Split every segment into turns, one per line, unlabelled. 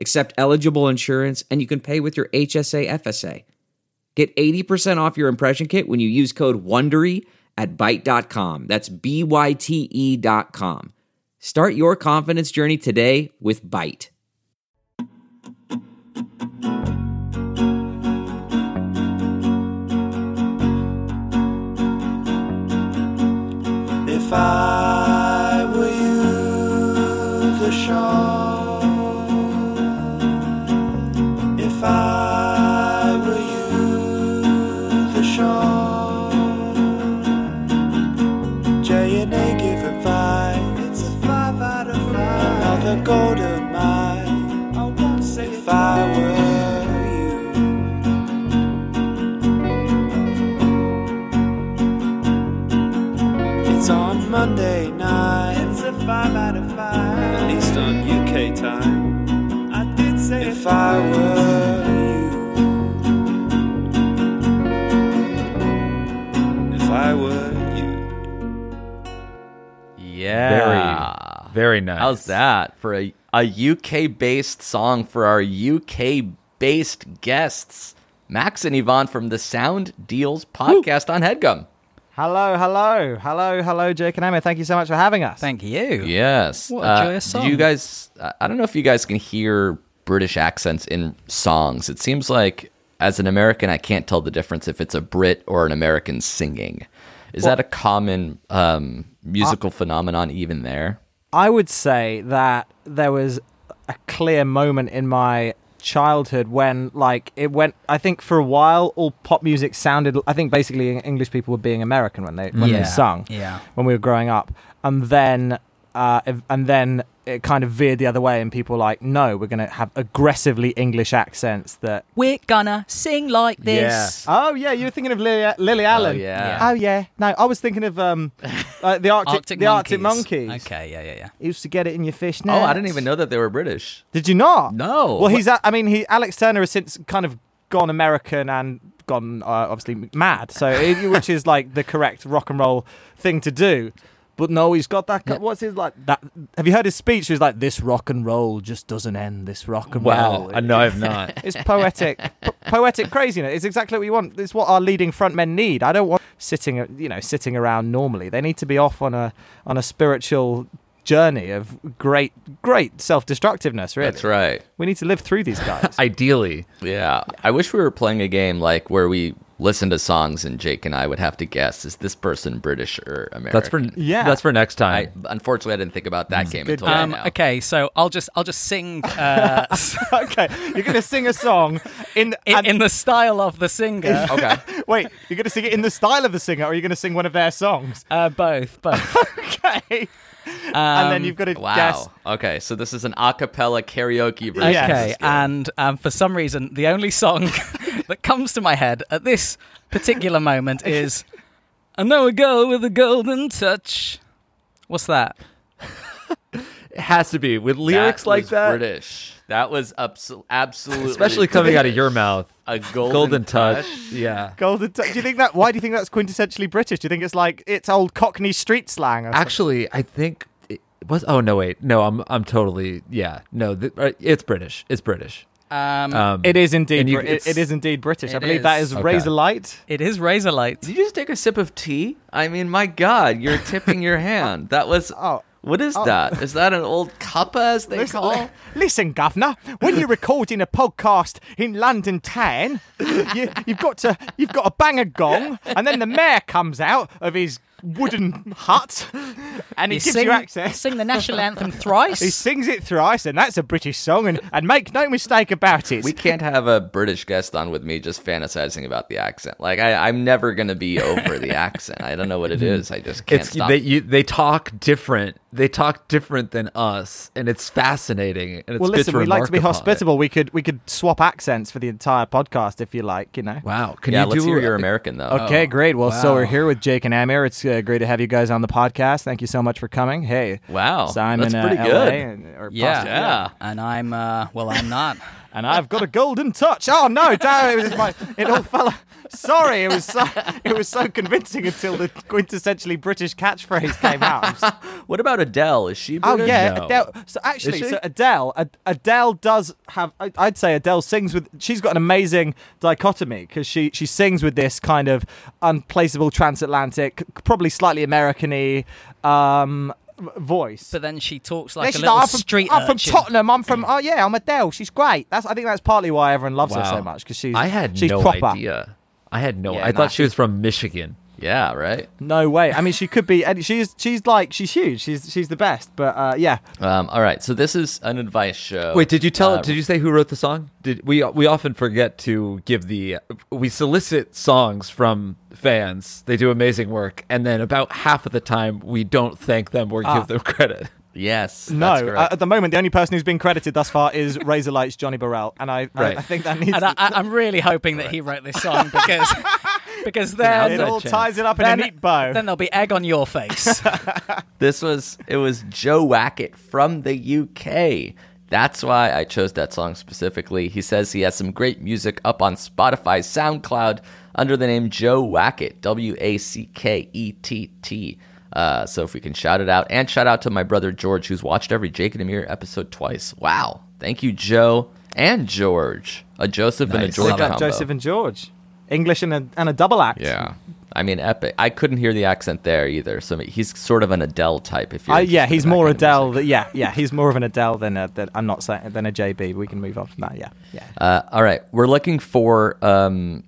accept eligible insurance, and you can pay with your HSA FSA. Get 80% off your impression kit when you use code WONDERY at Byte.com. That's B-Y-T-E E dot com. Start your confidence journey today with Byte.
If I were you, the show. If I were you, the show. J and A give advice. It's a five out of five. Another golden mine. I won't say if I were you. It's on Monday night. It's a five out of five. At least on UK time. I did say if I were you. If I were you.
Yeah.
Ah.
Very, very nice.
How's that for a, a UK based song for our UK based guests, Max and Yvonne from the Sound Deals podcast on Headgum?
Hello, hello, hello, hello, Jake and Emma. Thank you so much for having us.
Thank you.
Yes. Uh,
What a joyous
do You
song.
guys, I- I don't know if you guys can hear British accents in songs. It seems like as an American, I can't tell the difference if it's a Brit or an American singing. Is that a common um, musical phenomenon even there?
I would say that there was a clear moment in my childhood when like it went I think for a while all pop music sounded I think basically English people were being American when they when
Yeah,
they sung
yeah.
when we were growing up and then uh, ev- and then it kind of veered the other way and people were like no we're going to have aggressively English accents that
We're gonna sing like
Yeah.
this.
Oh yeah, you were thinking of Lily, Lily Allen.
yeah.
Oh yeah. No, I was thinking of um, uh, the Arctic,
Arctic
the
monkeys.
Arctic monkeys.
Okay, yeah, yeah, yeah.
You used to get it in your fish
Oh, I didn't even know that they were British.
Did you not?
No.
Well, he's. a- I mean, he Alex Turner has since kind of gone American and gone uh, obviously mad. So, it- which is like the correct rock and roll thing to do. But no, he's got that. What's his like? That have you heard his speech? He's like, "This rock and roll just doesn't end. This rock and
Wow.
roll."
I know I've not.
It's poetic, po- poetic craziness. It's exactly what we want. It's what our leading front men need. I don't want sitting, you know, sitting around normally. They need to be off on a on a spiritual journey of great, great self destructiveness. Really,
That's right.
We need to live through these guys.
Ideally.
Yeah. I wish we were playing a game like where we listen to songs and Jake and I would have to guess is this person British or American?
That's Mm. for
Yeah.
That's for next
I,
time.
unfortunately, I didn't think about that game until right
Um,
now.
okay, so I'll just I'll just sing uh, s-
okay, you're gonna sing a song in,
in,
and-
in the style of the singer.
Okay.
wait. You're gonna sing it in the style of the singer, or you're gonna sing one of their songs.
Uh, both, both.
Okay, and then you've got to
Um, Wow.
guess.
Okay. So this is an a cappella karaoke version.
Yes.
Okay, and um, for some reason, the only song that comes to my head at this particular moment is "I Know a Girl with a Golden Touch." What's that?
It has to be with lyrics
That
like
was
that,
British. That was abso- absolutely.
especially coming out of your mouth.
a golden,
Golden touch.
touch.
Yeah.
Golden. Touch. do you think that? Why do you think that's quintessentially British? Do you think it's like it's old Cockney street slang? Or something?
Actually, I think it was. Oh no, wait. No, I'm. I'm totally. Yeah. No, th- uh, it's British. It's British.
Um,
Um,
It is indeed.
and you-
Bri- it, it
it's-
is indeed British. I
It
believe that
is.
is
Okay.
Razor Light.
it is Razorlight.
Did you just take a sip of tea? I mean, my God, you're tipping your hand. That was.
Oh.
What is that? Is that an old cuppa, as they
Listen,
call?
Oh, listen, Governor. When you're recording a podcast in London Town, you, you've got to you've got to bang a gong, and then the mayor comes out of his wooden hut, and it
You
gives
sing,
you access.
sing the national anthem thrice.
He sings it thrice, and that's a British song, and, and make no mistake about it.
We can't have a British guest on with me just fantasizing about the accent. Like I, I'm never gonna be over the accent. I don't know what it is. I just can't
It's
stop.
they you, they talk different. They talk different than us, and it's fascinating. And it's
well,
good
listen,
to
we like to be
remark upon it.
hospitable. We could we could swap accents for the entire podcast if you like, you know.
Wow, can
yeah,
you
let's
do
hear you're American though.
Okay, great. Well, so we're
wow.
here with Jake and Amir. It's uh, great to have you guys on the podcast. Thank you so much for coming. Hey,
Wow,
Simon,
that's
uh,
pretty
LA
good.
and, or
yeah.
Boston,
And I'm uh, well, I'm not.
and I've got a golden touch. Oh no, damn! It was my. It all fell. Sorry, it was so. It was so convincing until the quintessentially British catchphrase came out. I'm s-
What about Adele? Is she
Oh
British?
yeah,
No.
Adele. So actually,
she?
so Adele, Ad- Adele does have. I- I'd say Adele sings with. She's got an amazing dichotomy because she she sings with this kind of unplaceable transatlantic, c- probably slightly American-y um, v- voice.
But then she talks like
Yeah,
a
she's like,
little
I'm from,
street
I'm from
urchin.
Tottenham. I'm from. Oh yeah, I'm Adele. She's great. That's. I think that's partly why everyone loves her
Wow.
so much because she's.
I had
she's
no
proper.
idea. I had no.
Yeah,
I
nah.
thought she was from Michigan.
yeah, right.
No way. I mean, she could be. and She's. She's like. She's huge. She's. She's the best. But uh, yeah.
Um, all right, so this is an advice show.
Wait, did you tell?
Uh,
did you say who wrote the song? Did we we often forget to give the we solicit songs from fans. They do amazing work, and then about half of the time we don't thank them or
Ah.
give them credit.
Yes.
No.
That's
Uh,
correct.
at the moment, the only person who's been credited thus far is Razorlight's Johnny Burrell, and I. I,
Right.
I think that needs.
And I, I, I'm really hoping that he wrote this song because because
it
then
outside
all
chance.
ties it up in
then,
a neat bow.
then there'll be egg on your face.
this was it was Joe Wackett from the UK. That's why I chose that song specifically. He says he has some great music up on Spotify, SoundCloud under the name Joe Wackett, W A C K E T T. Uh, so if we can shout it out and shout out to my brother George, who's watched every Jake and Amir episode twice. Wow, thank you, Joe and George, a Joseph and a
Nice.
George
We've got
combo.
Joseph and George, English and a, and a double act.
Yeah. I mean, epic. I couldn't hear the accent there either. So he's sort of an Adele type. If you,
I, yeah, he's more Adele. Than, yeah, yeah, he's more of an Adele than a, than I'm not saying than a JB. We can move on from that. Yeah, yeah.
Uh, all right, we're looking for. Um,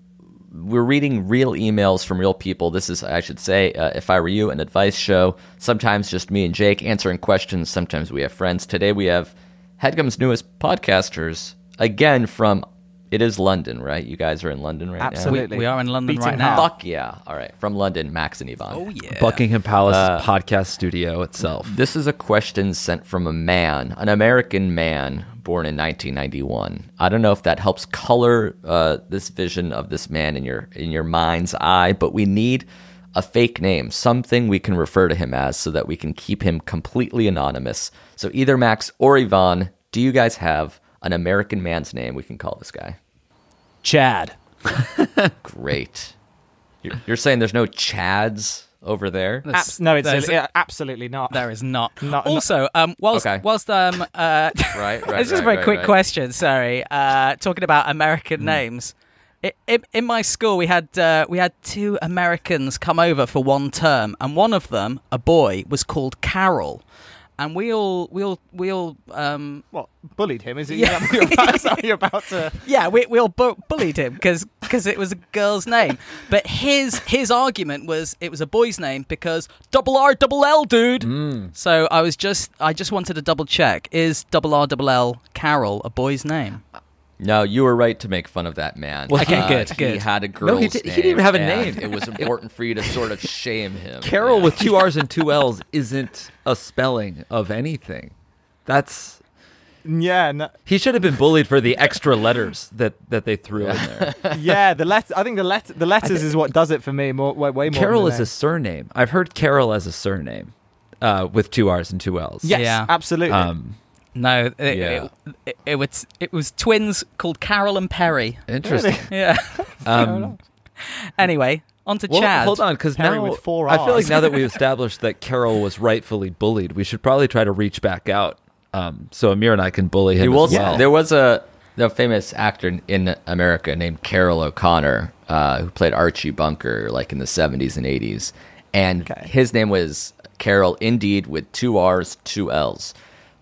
we're reading real emails from real people. This is, I should say, uh, if I were you, an advice show. Sometimes just me and Jake answering questions. Sometimes we have friends. Today we have Headgum's newest podcasters again from. It is London, right? You guys are in London right
Absolutely.
we are in London
Beating
right
now.
now.
Fuck yeah! All right, from London, Max and Yvonne.
Oh yeah.
Buckingham Palace
Uh,
podcast studio itself.
This is a question sent from a man, an American man born in 1991. I don't know if that helps color uh, this vision of this man in your in your mind's eye, but we need a fake name, something we can refer to him as, so that we can keep him completely anonymous. So either Max or Yvonne, do you guys have an American man's name we can call this guy?
Chad.
Great. You're, you're saying there's no Chads over there?
There's-
no, it's,
there's-
it's- yeah, absolutely not.
There is not.
No, no.
also, um, whilst
Okay.
whilst um, uh,
Right, right.
it's
right,
just a very
right,
quick
right. Hmm.
question. Sorry, uh, talking about American names. I in, in my school, we had uh, we had two Americans come over for one term, and one of them, a boy, was called Carol, and we all we all we all um,
What bullied him? Is it?
Yeah.
Yeah. You're about, sorry, you're about to.
Yeah, we, we all bu- bullied him because it was a girl's name. But his his argument was it was a boy's name because double R double L, dude.
Hmm.
So I was just I just wanted to double check is double R double L Carol a boy's name?
No, you were right to make fun of that man.
Okay,
Uh,
good,
He
good.
had a girl's
No, he did- he didn't even have a
and
name.
It was important for you to sort of shame him.
Carol
Yeah.
with two R's and two L's isn't a spelling of anything. That's
Yeah, no,
he should have been bullied for the extra letters that that they threw in there.
yeah. The let I think the let the letters is what does it for me. More, way, way more.
Carol
than
is
the
a surname. I've heard Carol as a surname uh, with two R's and two L's.
name. Yes,
Yeah.
absolutely.
Um,
No, it,
Yeah.
it, it, it was it was twins called Carol and Perry.
interesting.
Yeah.
Um,
anyway, on to
well,
Chad.
hold on, because
Perry
now
with four
I feel
Rs.
like now that we've established that Carol was rightfully bullied, we should probably try to reach back out um, so Amir and I can bully him.
You will
as well.
say- There was a the famous actor in America named Carol O'Connor uh, who played Archie Bunker like in the 70s and 80s. And
Okay.
his name was Carol Indeed with two R's, two L's.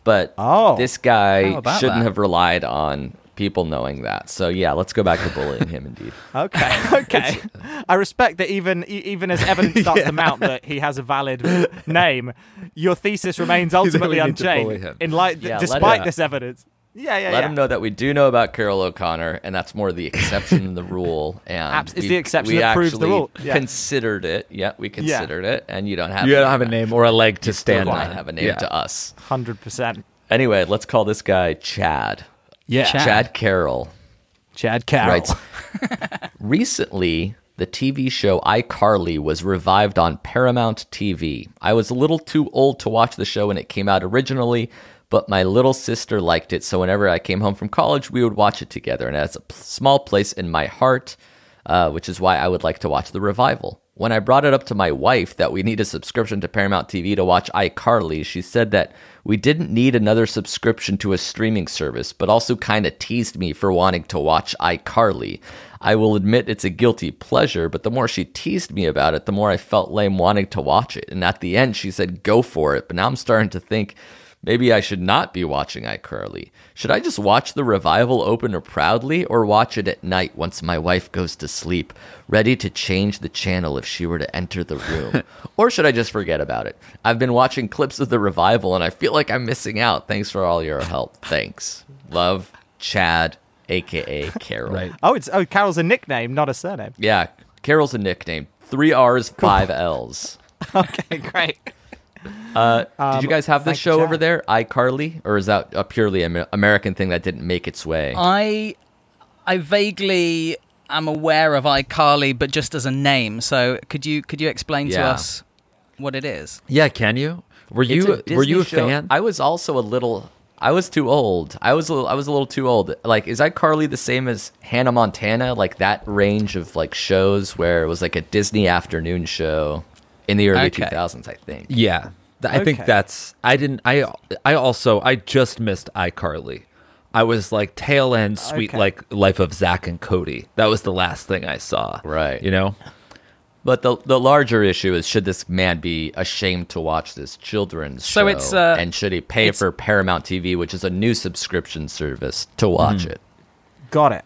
But
Oh.
this guy
How about
shouldn't
that?
have relied on people knowing that. So yeah, let's go back to bullying him indeed.
Okay, okay. I respect that even e- even as evidence starts to mount that he has a valid name, your thesis remains ultimately
we need to bully
unchanged
him.
in light
Yeah, let
despite
him-
this evidence. Yeah, yeah,
Let
yeah.
him know that we do know about Carol O'Connor, and that's more the exception than the rule. And
Abs- it's
we-
the exception
we
that proves the
actually
rule. Yeah.
Considered it. Yeah, we considered it, and you don't have.
You
it.
don't have a name or a leg
Still
to stand
don't
on.
have a name
Yeah.
to us.
100%.
Anyway, let's call this guy Chad.
Yeah.
Chad.
Chad Carroll
Chad Carroll.
writes. Recently, the TV show iCarly was revived on Paramount TV. I was a little too old to watch the show when it came out originally, but my little sister liked it, so whenever I came home from college, we would watch it together, and it has a p- small place in my heart, uh, which is why I would like to watch the revival. When I brought it up to my wife that we need a subscription to Paramount TV to watch iCarly, she said that we didn't need another subscription to a streaming service, but also kind of teased me for wanting to watch iCarly. I will admit it's a guilty pleasure, but the more she teased me about it, the more I felt lame wanting to watch it. And at the end, she said, go for it. But now I'm starting to think maybe I should not be watching iCarly. Should I just watch the revival opener proudly or watch it at night once my wife goes to sleep, ready to change the channel if she were to enter the room? or should I just forget about it? I've been watching clips of the revival and I feel like I'm missing out. Thanks for all your help. Thanks. Love, Chad, aka Carol.
Right.
Oh, it's oh, Carroll's a nickname, not a surname.
Yeah, Carol's a nickname. Three R's, five L's.
Okay, great.
Did you guys have this
thank
show
you,
over
Chad.
there, iCarly, or is that a purely Amer- American thing that didn't make its way?
I I vaguely am aware of iCarly, but just as a name. So could you could you explain to
Yeah.
us what it is?
Yeah, can you? Were
It's
you
a
were you a
Disney show.
fan?
I was also a little. I was too old. I was a little, I was a little too old. Like, is iCarly the same as Hannah Montana? Like that range of like shows where it was like a Disney afternoon show in the early
Okay.
two thousands. I think.
yeah. Th- I think
Okay.
that's I didn't I I also I just missed iCarly. I was like tail end sweet
Okay.
like life of Zach and Cody. That was the last thing I saw.
Right.
You know?
But the the larger issue is should this man be ashamed to watch this children's
So
show?
it's, uh,
and should he pay
it's-
for Paramount TV, which is a new subscription service, to watch it?
Got it.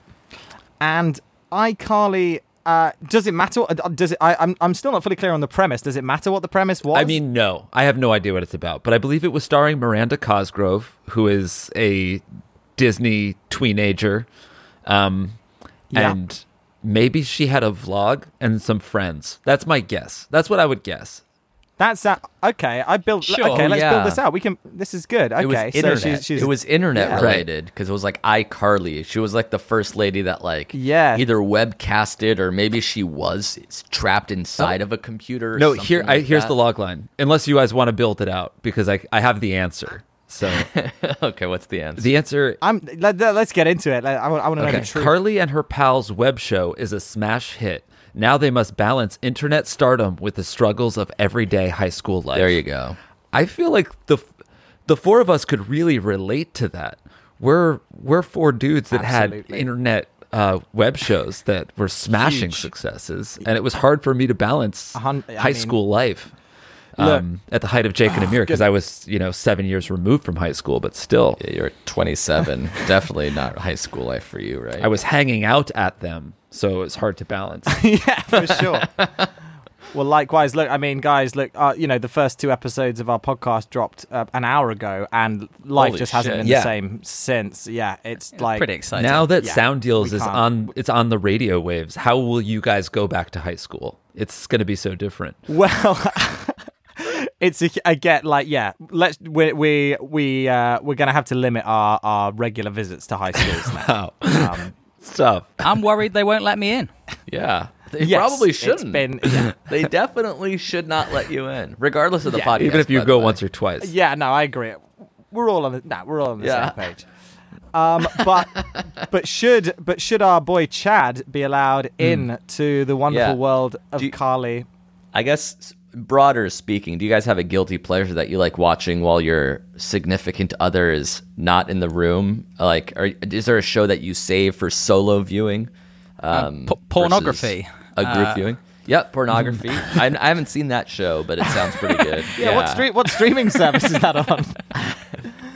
And iCarly, uh, does it matter? uh, Does it? I, I'm I'm still not fully clear on the premise. Does it matter what the premise was?
I mean, no. I have no idea what it's about, but I believe it was starring Miranda Cosgrove, who is a Disney teenager. Um
Yeah.
and maybe she had a vlog and some friends. That's my guess. That's what I would guess.
that's that. Okay, I built.
Sure,
okay, let's
yeah.
build this out. We can. This is good. Okay,
It was internet.
so she's, she's
it was internet
yeah.
related because it was like iCarly. She was like the first lady that like
Yeah.
either webcasted or maybe she was trapped inside of a computer. or
No, here
something
I,
like
here's
that.
the log line. Unless you guys want to build it out, because I I have the answer. So
okay, what's the answer?
the answer.
I'm. Let, us get into it. Like, I want. I want to know
Okay.
the truth.
Carly and her pals web show is a smash hit. Now they must balance internet stardom with the struggles of everyday high school life.
there you go.
I feel like the the four of us could really relate to that. We're we're four dudes that
Absolutely.
had internet uh, web shows that were smashing successes, and it was hard for me to balance
hun- I
high
mean- Oh,
school life um, at the height of Jake and Amir because I was you know seven years removed from high school, but still
Yeah, You're 27. Definitely not high school life for you, right?
I was hanging out at them, so it was hard to balance.
yeah, for sure. well, likewise, look, I mean, guys, look, uh, you know, the first two episodes of our podcast dropped uh, an hour ago, and life
Holy
just hasn't
shit.
been
Yeah.
the same since. Yeah, it's like
Pretty exciting.
now that
Yeah,
Sound Deals
we
is
can't-
on, it's on the radio waves. How will you guys go back to high school? It's going to be so different.
Well, it's a, I get like yeah. Let's we we we uh, we're gonna have to limit our our regular visits to high schools now. Um,
Wow, stuff.
I'm worried they won't let me in.
yeah. They
Yes,
probably
it's
shouldn't.
been- yeah.
they definitely should not let you in, regardless of the
Yeah,
podcast.
even if you
by
go
the way.
once or twice.
Yeah, no, I agree. We're all on the nah, we're all on the
Yeah.
same page. Um, but but should but should our boy Chad be allowed in to the wonderful
Hmm. Yeah.
world of
Do you-
Carly?
I guess s- broader speaking, do you guys have a guilty pleasure that you like watching while your significant other is not in the room? Like, are, is there a show that you save for solo viewing? Um,
po- pornography.
versus A group viewing? Yep, pornography. I, I haven't seen that show, but it sounds pretty good.
Yeah, What, stream, what streaming service is that on?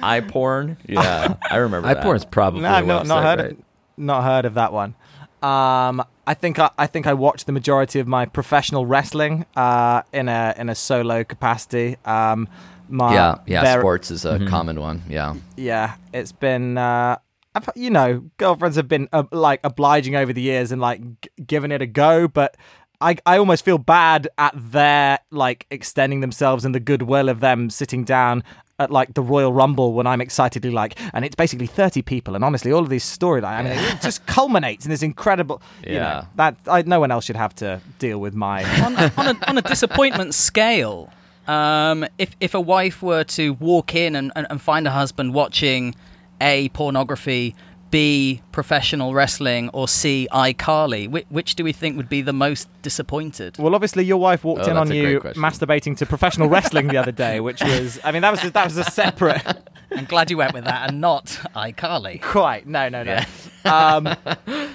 eye porn. Yeah, I remember.
I
that.
porn's probably
No, I've not, not
website,
heard
right?
of, not heard of that one. Um, I think I, I think I watched the majority of my professional wrestling uh, in a in a solo capacity. Um, my
Yeah, yeah.
var-
sports is a
Mm-hmm.
common one. Yeah,
Yeah, it's been. Uh, I've, you know, girlfriends have been uh, like obliging over the years and like g- giving it a go, but. I, I almost feel bad at their like extending themselves and the goodwill of them sitting down at like the Royal Rumble when I'm excitedly like, and it's basically 30 people, and honestly, all of these storyline, I mean, it just culminates in this incredible. You
Yeah.
know, that I, no one else should have to deal with my.
on, on, a, on a disappointment scale, um, if if a wife were to walk in and, and, and find a husband watching a pornography, b professional wrestling, or c iCarly, which, which do we think would be the most disappointed?
Well, obviously, your wife walked
Oh,
in
that's
on
a great
you
question.
masturbating to professional wrestling the other day, which was, I mean, that was that was a separate.
I'm glad you went with that and not iCarly.
Quite. No, no, no. Um,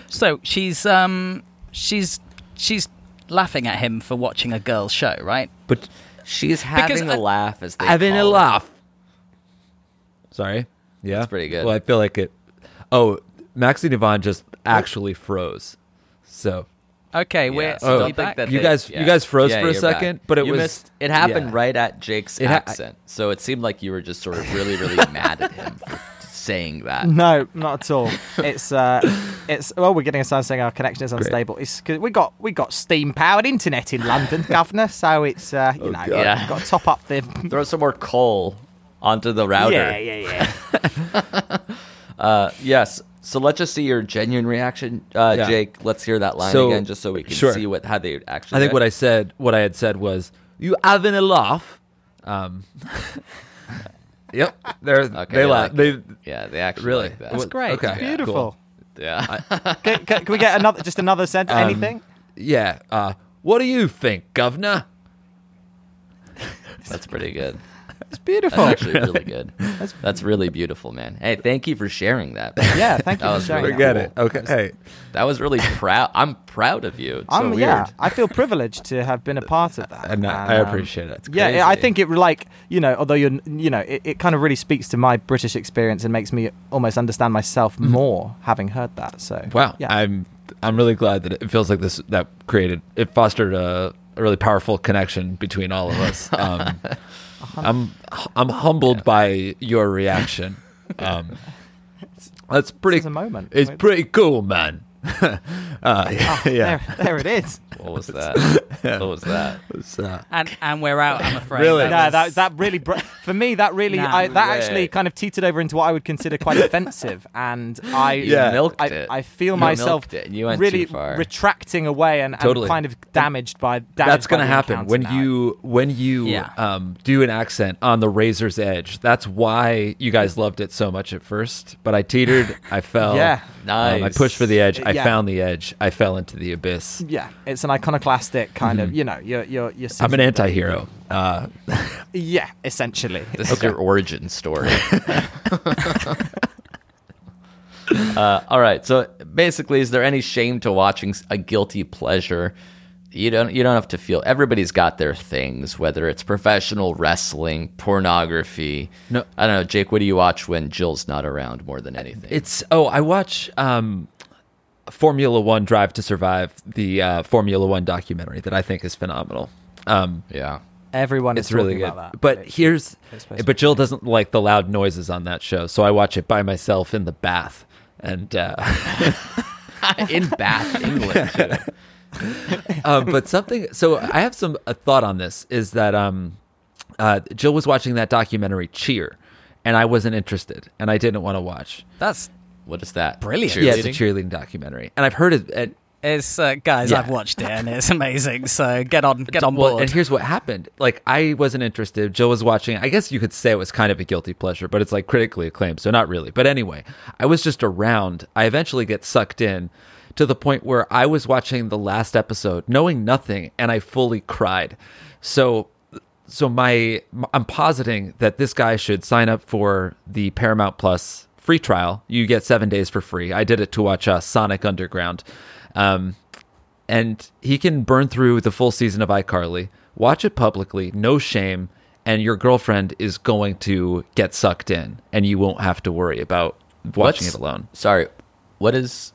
So she's um she's she's laughing at him for watching a girl show, right?
But
she's having a
I-
laugh as they
having a
call it.
laugh. Sorry. Yeah. That's
pretty good.
Well, I feel like it. Oh, Maxine Yvonne just actually froze. So
Okay,
Yeah,
we're
so
are
don't
we
think
back?
that
Oh. You
they-
guys- you guys froze for a
you're back.
second, but it
You
was-
missed, it happened
yeah.
right at Jake's
It ha-
accent, so it seemed like you were just sort of really, really mad at him for saying that.
Mm-hmm.
no, not at all. It's uh, it's well, we're getting a sign saying our connection is unstable. It's 'cause we got we got steam powered internet in London, governor. So it's uh,
Oh,
you know,
Yeah.
got to top up the.
Throw some more coal onto the router.
yeah, yeah, yeah.
Yes. So let's just see your genuine reaction, uh,
Yeah.
Jake. Let's hear that line
So-
again, just so we can
sure.
see what how they actually.
I think
react.
what I said, what I had said was, "You having a laugh?" Um, yep. They're,
Okay,
they
I
laugh.
like
they
it. yeah, they actually
really.
like that.
That's
great.
Okay.
Beautiful.
Yeah. Um,
Can, can, can we get another? Just another sentence? anything?
Yeah. Uh, what do you think, Governor?
That's pretty good.
It's beautiful.
That's actually really good. That's, really beautiful, man. Hey, thank you for sharing that. man.
yeah, thank you
That
for
was
sharing.
really
that.
Forget it. Okay. Hey.
That was really proud. I'm proud of you. It's so
I'm,
weird.
yeah, I feel privileged to have been a part of that.
And I, I
um,
appreciate it. It's
Yeah,
crazy.
I think it like you know, although you're you know, it, it kind of really speaks to my British experience and makes me almost understand myself more having heard that. So
Wow.
yeah,
I'm I'm really glad that it feels like this that created it fostered a, a really powerful connection between all of us. Um,
Uh-huh.
I'm I'm humbled by your reaction. Um, that's pretty.
is a moment.
It's
Wait.
pretty cool, man. uh, yeah, yeah.
there, there it is.
What was that? What was that?
It's, uh,
And and we're out. I'm afraid.
Really?
No,
That was-
that that really br- for me that really
Nah.
I, that
Way.
actually kind of teetered over into what I would consider quite offensive, and I
Yeah.
milked
I,
it.
I feel
You
myself
milked it and you went
really
too far.
retracting away and, and
Totally.
kind of damaged by damaged
that's
going
gonna
to
happen when you when you
Yeah.
um, do an accent on the razor's edge. That's why you guys loved it so much at first. But I teetered, I fell.
Yeah.
Um, I
Nice.
pushed for the edge. I
Yeah.
found the edge. I fell into the abyss.
yeah, it's an iconoclastic kind of you know you're you're you're
I'm an anti-hero. Uh,
yeah essentially
This is your origin story. uh, all right. So basically, is there any shame to watching s- a guilty pleasure? You don't. You don't have to feel. Everybody's got their things. Whether it's professional wrestling, pornography.
No.
I don't know, Jake. What do you watch when Jill's not around? More than anything.
it's oh, I watch um, Formula One Drive to Survive, the uh, Formula One documentary that I think is phenomenal. Um,
yeah.
everyone
it's
is talking
really good.
about that.
But
It's-
here's,
supposed
but Jill doesn't like the loud noises on that show, so I watch it by myself in the bath. And uh,
In Bath, England. too.
um, but something. So I have some a thought on this. Is that um, uh, Jill was watching that documentary Cheer, and I wasn't interested, and I didn't want to watch.
that's
What is that?
Brilliant.
Yeah, it's a
Cheerleading?
cheerleading documentary, and I've heard it. And
It's uh, guys,
Yeah.
I've watched it and it's amazing. So get on, get on
well,
board.
and here's what happened. Like I wasn't interested. Jill was watching. I guess you could say it was kind of a guilty pleasure, but it's like critically acclaimed, so not really. But anyway, I was just around. I eventually get sucked in to the point where I was watching the last episode, knowing nothing, and I fully cried. So so my I'm positing that this guy should sign up for the Paramount Plus free trial. You get seven days for free. I did it to watch uh, Sonic Underground, um, and he can burn through the full season of iCarly, watch it publicly, no shame, and your girlfriend is going to get sucked in, and you won't have to worry about watching
What's-
it alone.
Sorry, what is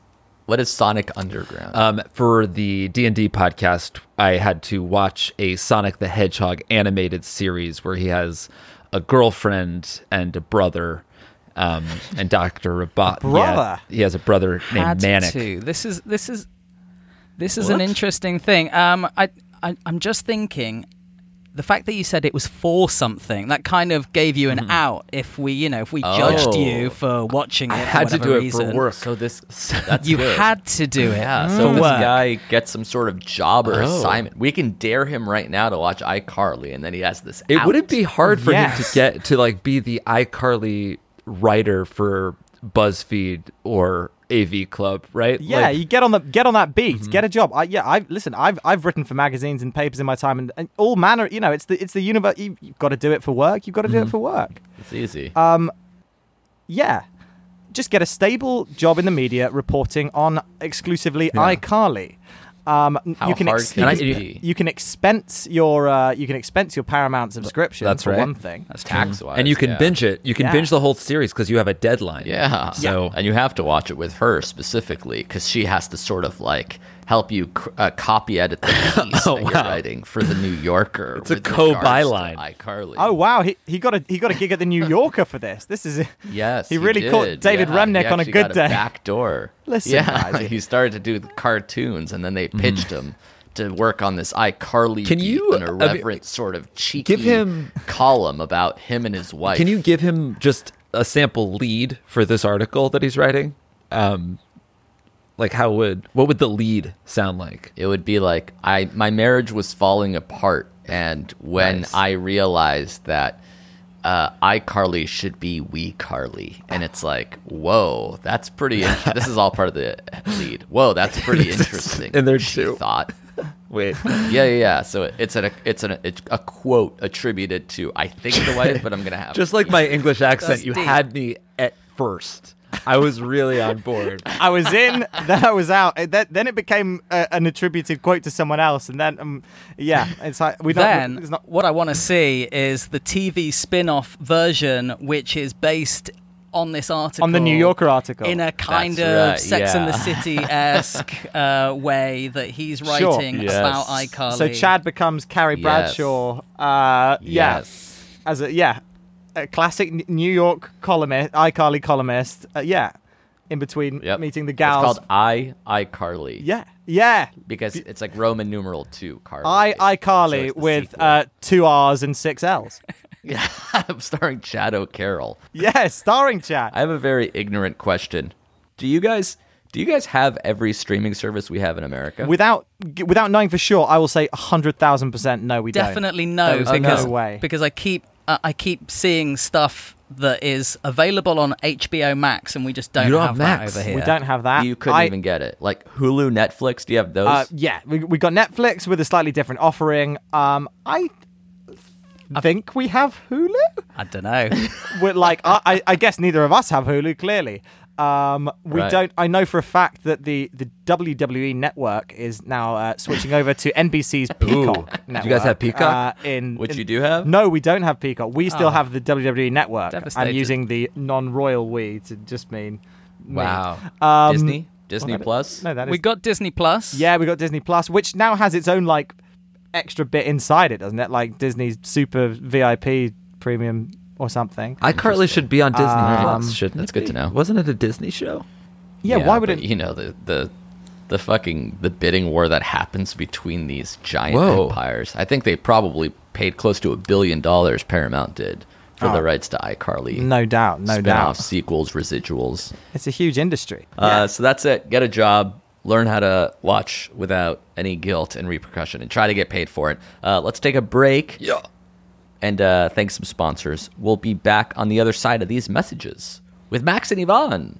what is Sonic Underground?
Um, for the D and D podcast, I had to watch a Sonic the Hedgehog animated series where he has a girlfriend and a brother, um, and Doctor Robot.
brother?
yeah, he has a brother named
Had
Manic.
to. This is this is this is an interesting thing. Um, I, I I'm just thinking, the fact that you said it was for something that kind of gave you an out. If we, you know, if we judged you for watching it, for
had to
whatever
do it
reason,
for work.
so this that's
You
good.
had to do it.
Yeah, so if
for
this
work.
guy gets some sort of job or
Oh.
assignment, we can dare him right now to watch iCarly, and then he has this.
It
out.
wouldn't be hard for him
Yes.
to get to like be the iCarly writer for BuzzFeed or AV Club, right?
Yeah,
Like, Mm-hmm.
you get on the get on that beat, get a job. I, yeah, I listen. I've I've written for magazines and papers in my time, and, and all manner. You know, it's the it's the universe. You, you've got to do it for work. You've got to do it
Mm-hmm.
for work.
It's easy.
Uh,
Yeah, just get a stable job in the media, reporting on exclusively iCarly. Um,
How
you can
hard
ex-
can
you
it
can-
be?
you can expense your uh, you can expense your Paramount subscription.
that's
for
right.
one thing.
That's tax wise,
and you can
yeah.
binge it. You can
Yeah.
binge the whole series because you have a deadline.
Yeah.
So
and you have to watch it with her specifically because she has to sort of like help you cr- uh, copy edit the piece that you're writing for the New Yorker. It's
Oh, a co-byline.
iCarly.
Oh wow, he, he got a he got a gig at the New Yorker for this. This is
Yes,
He really caught
did.
David
Yeah,
Remnick
he
on a
actually
good
got
day.
back door.
Listen, Mm-hmm.
yeah,
guys.
he started to do the cartoons, and then they pitched him to work on this iCarly.
Can
beat,
you-
an
I mean,
irreverent sort of cheeky
give him-
column about him and his wife?
Can you give him just a sample lead for this article that he's writing? Um, like how would what would the lead sound like?
It would be like I my marriage was falling apart, and when
Nice.
I realized that uh, iCarly should be We Carly, and it's like, whoa, that's pretty. In- this is all part of the lead. Whoa, that's pretty interesting.
in there
she
too.
thought.
Wait,
Yeah, yeah, yeah. So it- it's an it's an it's a quote attributed to I think the wife, but I'm gonna have
just like my English accent,
That's
you
deep.
had me at first. I was really on board.
I was in, then I was out. It- That, then it became uh, an attributed quote to someone else, and then um, yeah, it's like we don't.
then
it's not,
what I want to see is the TV spin-off version, which is based on this article
on the New Yorker article.
in a kind of
That's right,
Sex and the
yeah.
City esque uh, way that he's
Sure.
writing
Yes.
about iCarly.
so Chad becomes Carrie
Yes.
Bradshaw. Uh, yeah,
Yes.
as a yeah, a classic N- New York columnist, iCarly columnist. Uh, yeah, in between
Yep.
meeting the gals.
It's called I iCarly.
yeah, yeah.
because it's like Roman numeral two Carly.
I
So
iCarly
it's the
with
sequel.
uh, two R's and six L's.
Yeah, I'm starring Chad O'Carroll.
Yes, starring Chad.
I have a very ignorant question. Do you guys do you guys have every streaming service we have in America?
without g- without knowing for sure, I will say hundred thousand percent no, we
Definitely no,
There's
because
no way.
because I keep uh, I keep seeing stuff that is available on HBO Max, and we just don't,
You don't
have,
have Max.
that over here.
don't. We don't have that.
you couldn't
I-
even get it. Like Hulu, Netflix. Do you have those?
Uh, yeah, we we got Netflix with a slightly different offering. Um, I think we have Hulu.
I don't know.
We're like, I, I, I guess neither of us have Hulu. Clearly, um, we
Right.
don't. I know for a fact that the the WWE network is now uh, switching over to NBC's Peacock.
Do you guys
network,
have Peacock?
Uh, in
Which
in-
you do have?
No, we don't have Peacock. We still have the WWE network. I'm
Devastated.
using the non-royal "we" to just mean. me. Um,
Wow. Disney, Disney Plus.
No, that is
we got Disney Plus.
Yeah, we got Disney Plus, which now has its own like extra bit inside it, doesn't it? Like Disney's super VIP premium or something.
iCarly should be on Disney Plus, shouldn't
that's
it?
good
be?
to know.
Wasn't it a Disney show?
yeah, why would
but,
it?
You know the the the fucking the bidding war that happens between these giant
Whoa.
empires. I think they probably paid close to a billion dollars. Paramount did for
Oh.
the rights to iCarly.
No doubt, no
spin-offs,
doubt.
sequels, residuals.
It's a huge industry.
Uh, so that's it. Get a job, learn how to watch without any guilt and repercussion, and try to get paid for it. Uh, let's take a break. Yeah. And uh, thank some sponsors. We'll be back on the other side of these messages with Max and Yvonne.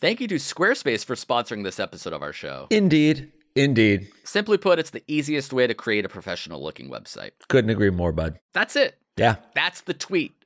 Thank you to Squarespace for sponsoring this episode of our show.
Indeed, indeed.
Simply put, it's the easiest way to create a professional looking website.
Couldn't agree more, bud.
That's it.
Yeah.
That's the tweet.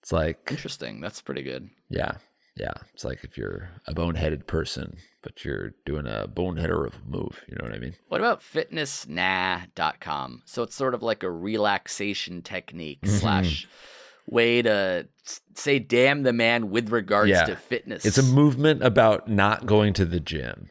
It's like,
Interesting. That's pretty good.
yeah, yeah. It's like if you're a boneheaded person, but you're doing a boneheader of a move. You know what I mean?
What about fitnessnah.com? So it's sort of like a relaxation technique
Mm-hmm.
slash way to s- say damn the man with regards
Yeah.
to fitness.
It's a movement about not going to the gym.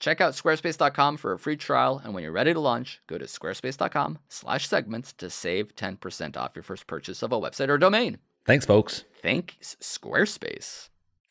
check out squarespace.com for a free trial. And when you're ready to launch, go to squarespace.com slash segments to save 10% off your first purchase of a website or domain.
Thanks, folks.
Thanks, Squarespace.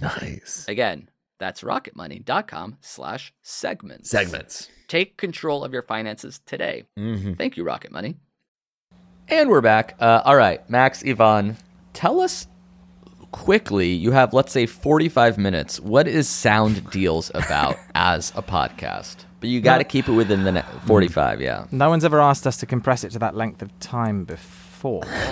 nice
Again, that's rocketmoney.com slash segments.
segments.
Take control of your finances today. Thank you, Rocket Money.
And we're back.
Uh, all right, Max, Yvonne, tell us quickly. You have, let's say, 45 minutes. What is Sound Deals about as a podcast? But you got to keep it within the net 45, yeah.
No one's ever asked us to compress it to that length of time before.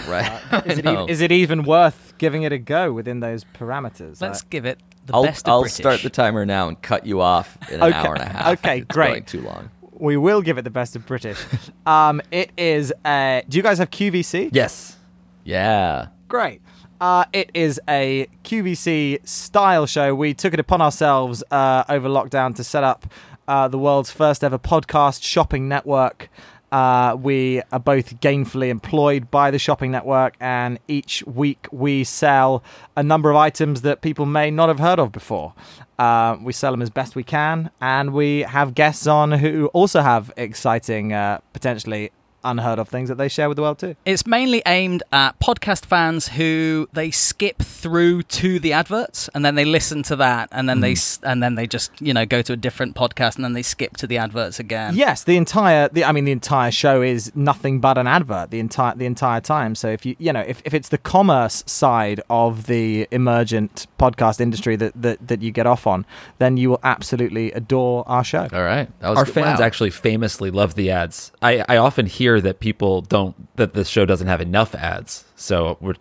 Right.
Is it, even, is it even worth giving it a go within those parameters?
Let's
Like-
give it the
I'll,
best of
I'll
British.
start the timer now and cut you off in an
Okay,
hour and a half.
okay,
if it's
great.
going too long.
we will give it the best of British. um, it is. Uh, do you guys have QVC?
Yes.
Yeah.
Great. Uh, it is a QVC style show. We took it upon ourselves uh, over lockdown to set up uh, the world's first ever podcast shopping network. Uh, we are both gainfully employed by the shopping network, and each week we sell a number of items that people may not have heard of before. Uh, we sell them as best we can, and we have guests on who also have exciting, uh, potentially unheard of things that they share with the world too.
It's mainly aimed at podcast fans who they skip through to the adverts and then they listen to that and then
Hmm.
they s- and then they just you know go to a different podcast and then they skip to the adverts again.
Yes, the entire the I mean the entire show is nothing but an advert the entire the entire time. So if you you know if, if it's the commerce side of the emergent podcast industry that, that that you get off on, then you will absolutely adore our show.
All right, that was
Our
good.
fans
Wow.
actually famously love the ads. I, I often hear that people don't that the show doesn't have enough ads. So we're,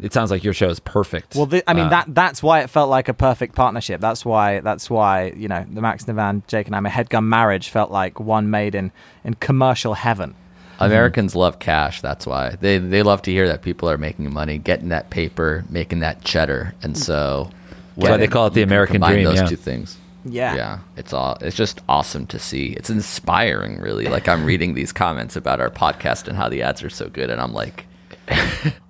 it sounds like your show is perfect.
Well, the, I mean
Uh,
that that's why it felt like a perfect partnership. That's why that's why you know the Max Navan, Jake and I, my headgun marriage felt like one made in in commercial heaven.
Mm-hmm.
Americans love cash. That's why they they love to hear that people are making money, getting that paper, making that cheddar, and so
That's why they call it the
you can
American
combine
dream,
Those
yeah.
two things.
Yeah.
yeah. It's all. It's just awesome to see. It's inspiring, really. Like I'm reading these comments about our podcast and how the ads are so good, and I'm like.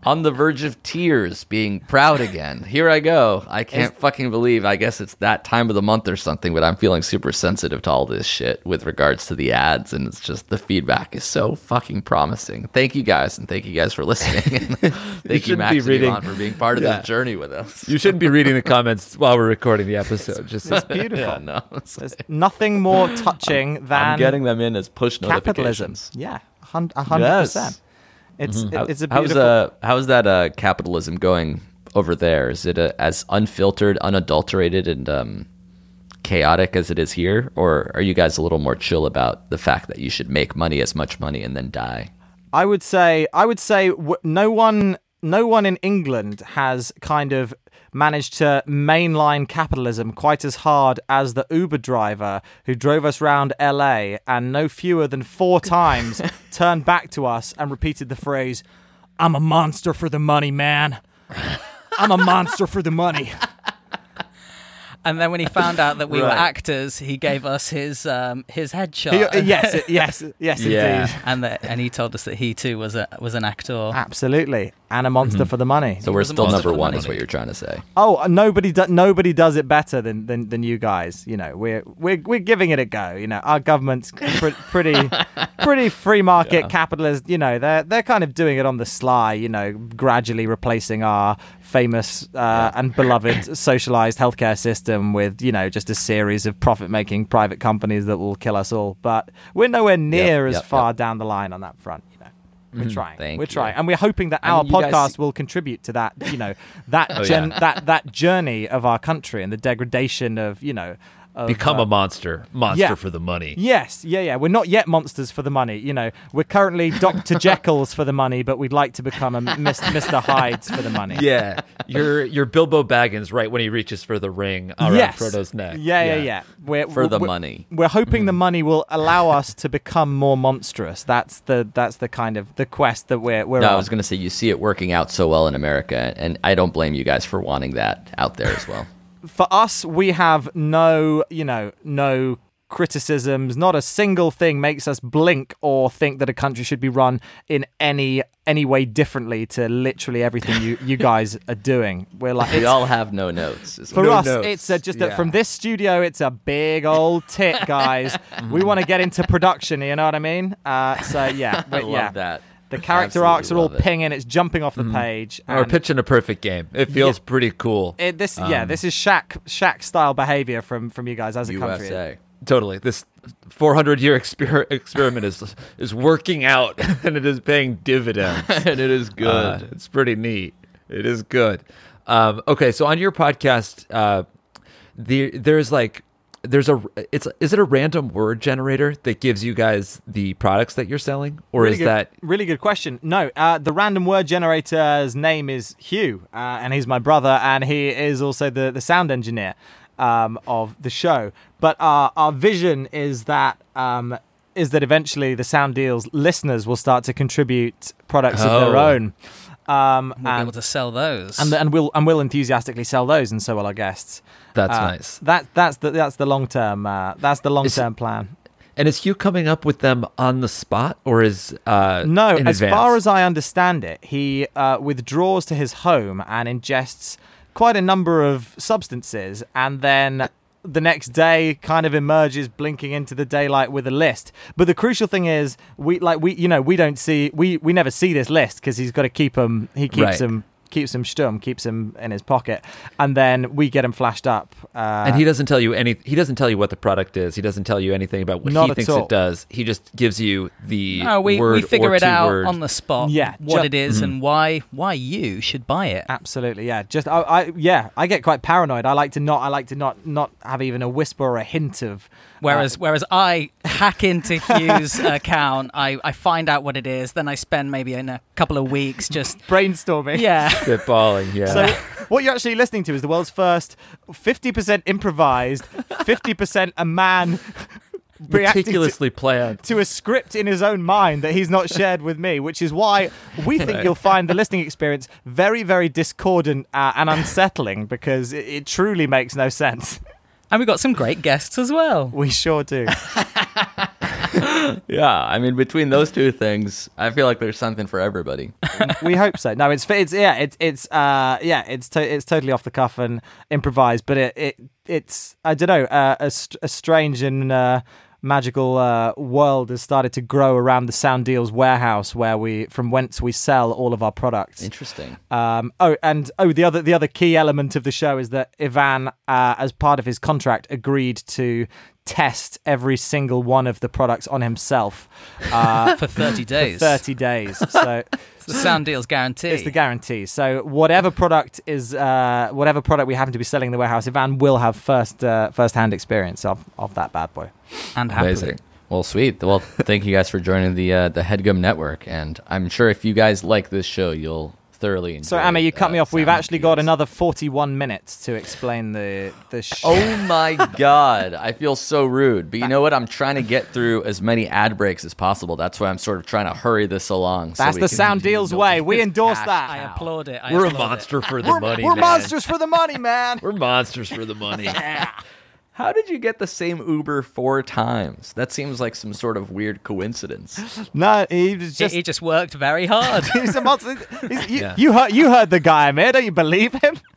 on the verge of tears, being proud again. Here I go. I can't fucking believe. I guess it's that time of the month or something, but I'm feeling super sensitive to all this shit with regards to the ads. And it's just the feedback is so fucking promising. Thank you guys. And thank you guys for listening. And thank you,
shouldn't
Max
be
and
reading-
Elon, for being part of
Yeah.
this journey with us.
you shouldn't be reading the comments while we're recording the episode. Just
Beautiful.
Yeah, no, it's
There's nothing more touching than
I'm getting them in as push
capitalism.
notifications.
Yeah, hun- a hundred
Yes. Mm-hmm.
percent. It's it- it's a
how's
beautiful.
uh how's that uh capitalism going over there? Is it uh, as unfiltered, unadulterated, and um chaotic as it is here, or are you guys a little more chill about the fact that you should make money as much money and then die?
I would say I would say w- no one no one in England has kind of managed to mainline capitalism quite as hard as the Uber driver who drove us round LA and no fewer than four times turned back to us and repeated the phrase I'm a monster for the money man. I'm a monster for the money.
And then when he found out that we were
Right.
actors, he gave us his um, his headshot.
He- uh, yes, yes, yes
Yeah.
indeed.
and that and he told us that he too was a was an
Ah,
actor.
Absolutely. And a monster for the money.
Mm-hmm. So we're
was a
still
monster
number
for
one,
money.
is what you're trying to say.
Oh, uh, nobody do- nobody does it better than, than, than you guys. You know, we're we're we're giving it a go. You know, our government's pr- pretty pretty free market capitalist. You know, they're they're kind of doing it on the sly. You know, gradually replacing our famous uh, and beloved socialized healthcare system with you know just a series of profit making private companies that will kill us all. But we're nowhere near as
yep,
far down the line on that front. You know, we're trying.
Mm-hmm. Thank
we're
you.
trying, and we're hoping that
I
our
mean, you guys
podcast
see-
will contribute to that you know that gen- that that journey of our country and the degradation of you know of,
become
uh,
a monster, monster
yeah.
for the money.
yes yeah yeah we're not yet monsters for the money you know we're currently dr jekyll's for the money but we'd like to become a Mis- mr hyde's for the money
Yeah, you're you're Bilbo Baggins right when he reaches for the ring around
yes.
Frodo's neck.
Yeah, yeah, yeah. We're,
For the
we're-
money.
We're hoping the money will allow us to become more monstrous. That's the that's the kind of the quest that we're we're
No,
on.
I was going to say you see it working out so well in America, and I don't blame you guys for wanting that out there as well.
for us, we have no, you know, no criticisms. Not a single thing makes us blink or think that a country should be run in any any way differently to literally everything you you guys are doing. We're like,
we
it's,
all have no notes. is
for
what-
us, it's a, just that from this studio, it's a big old tit, guys.
Mm.
we want to get into production. You know what I mean? Uh, so yeah,
I
but
love
yeah.
that.
The character
Absolutely
arcs are all
love it. Mm-hmm.
pinging. It's jumping off the page.
We're
and-
pitching a perfect game. It feels
Yeah.
pretty cool.
it, this yeah,
Um.
this is Shaq Shaq style behavior from from you guys as a country.
USA.
totally. This 400 year exper- experiment is is working out, and it is paying dividends.
and it is good.
Uh, it's pretty neat. It is good. Um, okay, so on your podcast, uh, the there's like there's a it's is it a random word generator that gives you guys the products that you're selling, or
Really
is
good,
that
really good question? No, uh, the random word generator's name is Hugh, uh, and he's my brother, and he is also the the sound engineer um, of the show. But our our vision is that. Um, is that eventually the Sound Deals listeners will start to contribute products of their
Oh.
own, um,
We'll be
and,
able to sell those.
and and we'll and we'll enthusiastically sell those, and so will our guests.
that's
Uh,
nice?
That that's the that's the long term uh, that's the long term plan.
And is Hugh coming up with them on the spot, or is uh,
No,
in
as
advance?
far as I understand it, he uh, withdraws to his home and ingests quite a number of substances, and then the next day kind of emerges blinking into the daylight with a list. But the crucial thing is we like we you know we don't see we we never see this list because he's got to keep him he keeps
Right.
him keeps him stum keeps him in his pocket and then we get him flashed up uh,
and he doesn't tell you any. He doesn't tell you what the product is. He doesn't tell you anything about what
Not
he
at
thinks
all.
it does. He just gives you the
No, Ah, we,
word
we figure
or
it
two
out
word.
on the spot.
Yeah,
what
ju- Mm. Ah,
it is and why why you should buy it.
Absolutely, yeah. Just I, I, yeah. I get quite paranoid. I like to not. I like to not not have even a whisper or a hint of. uh,
Whereas
ah.
whereas I hack into Hugh's account, I, I find out what it is, then I spend maybe in a couple of weeks just
brainstorming.
yeah.
spitballing. Yeah.
So what you're actually listening to is the world's first 50% improvised, 50% a man reacting to,
meticulously planned.
to a script in his own mind that he's not shared with me, which is why we think you'll find the listening experience very, very discordant uh, and unsettling because it, it truly makes no sense.
And we got some great guests as well.
We sure do.
Yeah, I mean, between those two things, I feel like there's something for everybody.
we hope so. No, it's it's yeah, it's it's uh yeah, it's to, it's totally off the cuff and improvised, but it it it's I don't know uh, a, st- a strange and uh, magical uh, world has started to grow around the Sound Deals warehouse where we from whence we sell all of our products.
Interesting.
Um, oh, and oh, the other the other key element of the show is that Ivan, uh, as part of his contract, agreed to test every single one of the products on himself uh,
For thirty days.
thirty days. So.
It's the sound deal's guarantee.
It's the guarantee. So whatever product is, uh, whatever product we happen to be selling in the warehouse, Ivan will have first uh, first hand experience of of that bad boy.
and happily.
Well, sweet. Well, thank you guys for joining the uh, the Headgum Network, and I'm sure if you guys like this show, you'll thoroughly enjoy.
So Emma, you cut
uh,
me off. We've
Sound
actually got
Deals.
another forty one minutes to explain the the. Sh-
Oh my god, I feel so rude. But you know what? I'm trying to get through as many ad breaks as possible. That's why I'm sort of trying to hurry this along. so
that's
we
the
can
sound
continue
deals
building
way. We
this
endorse
cash
that.
I applaud it. I
We're a
applaud it.
monster for the
We're,
money.
we're
man.
monsters for the money, man.
We're monsters for the money.
How did you get the same Uber four times? That seems like some sort of weird coincidence.
no, he was
He-
just.
he just worked very hard.
He's a monster. He's- you, you heard you heard the guy, man. Don't you believe him?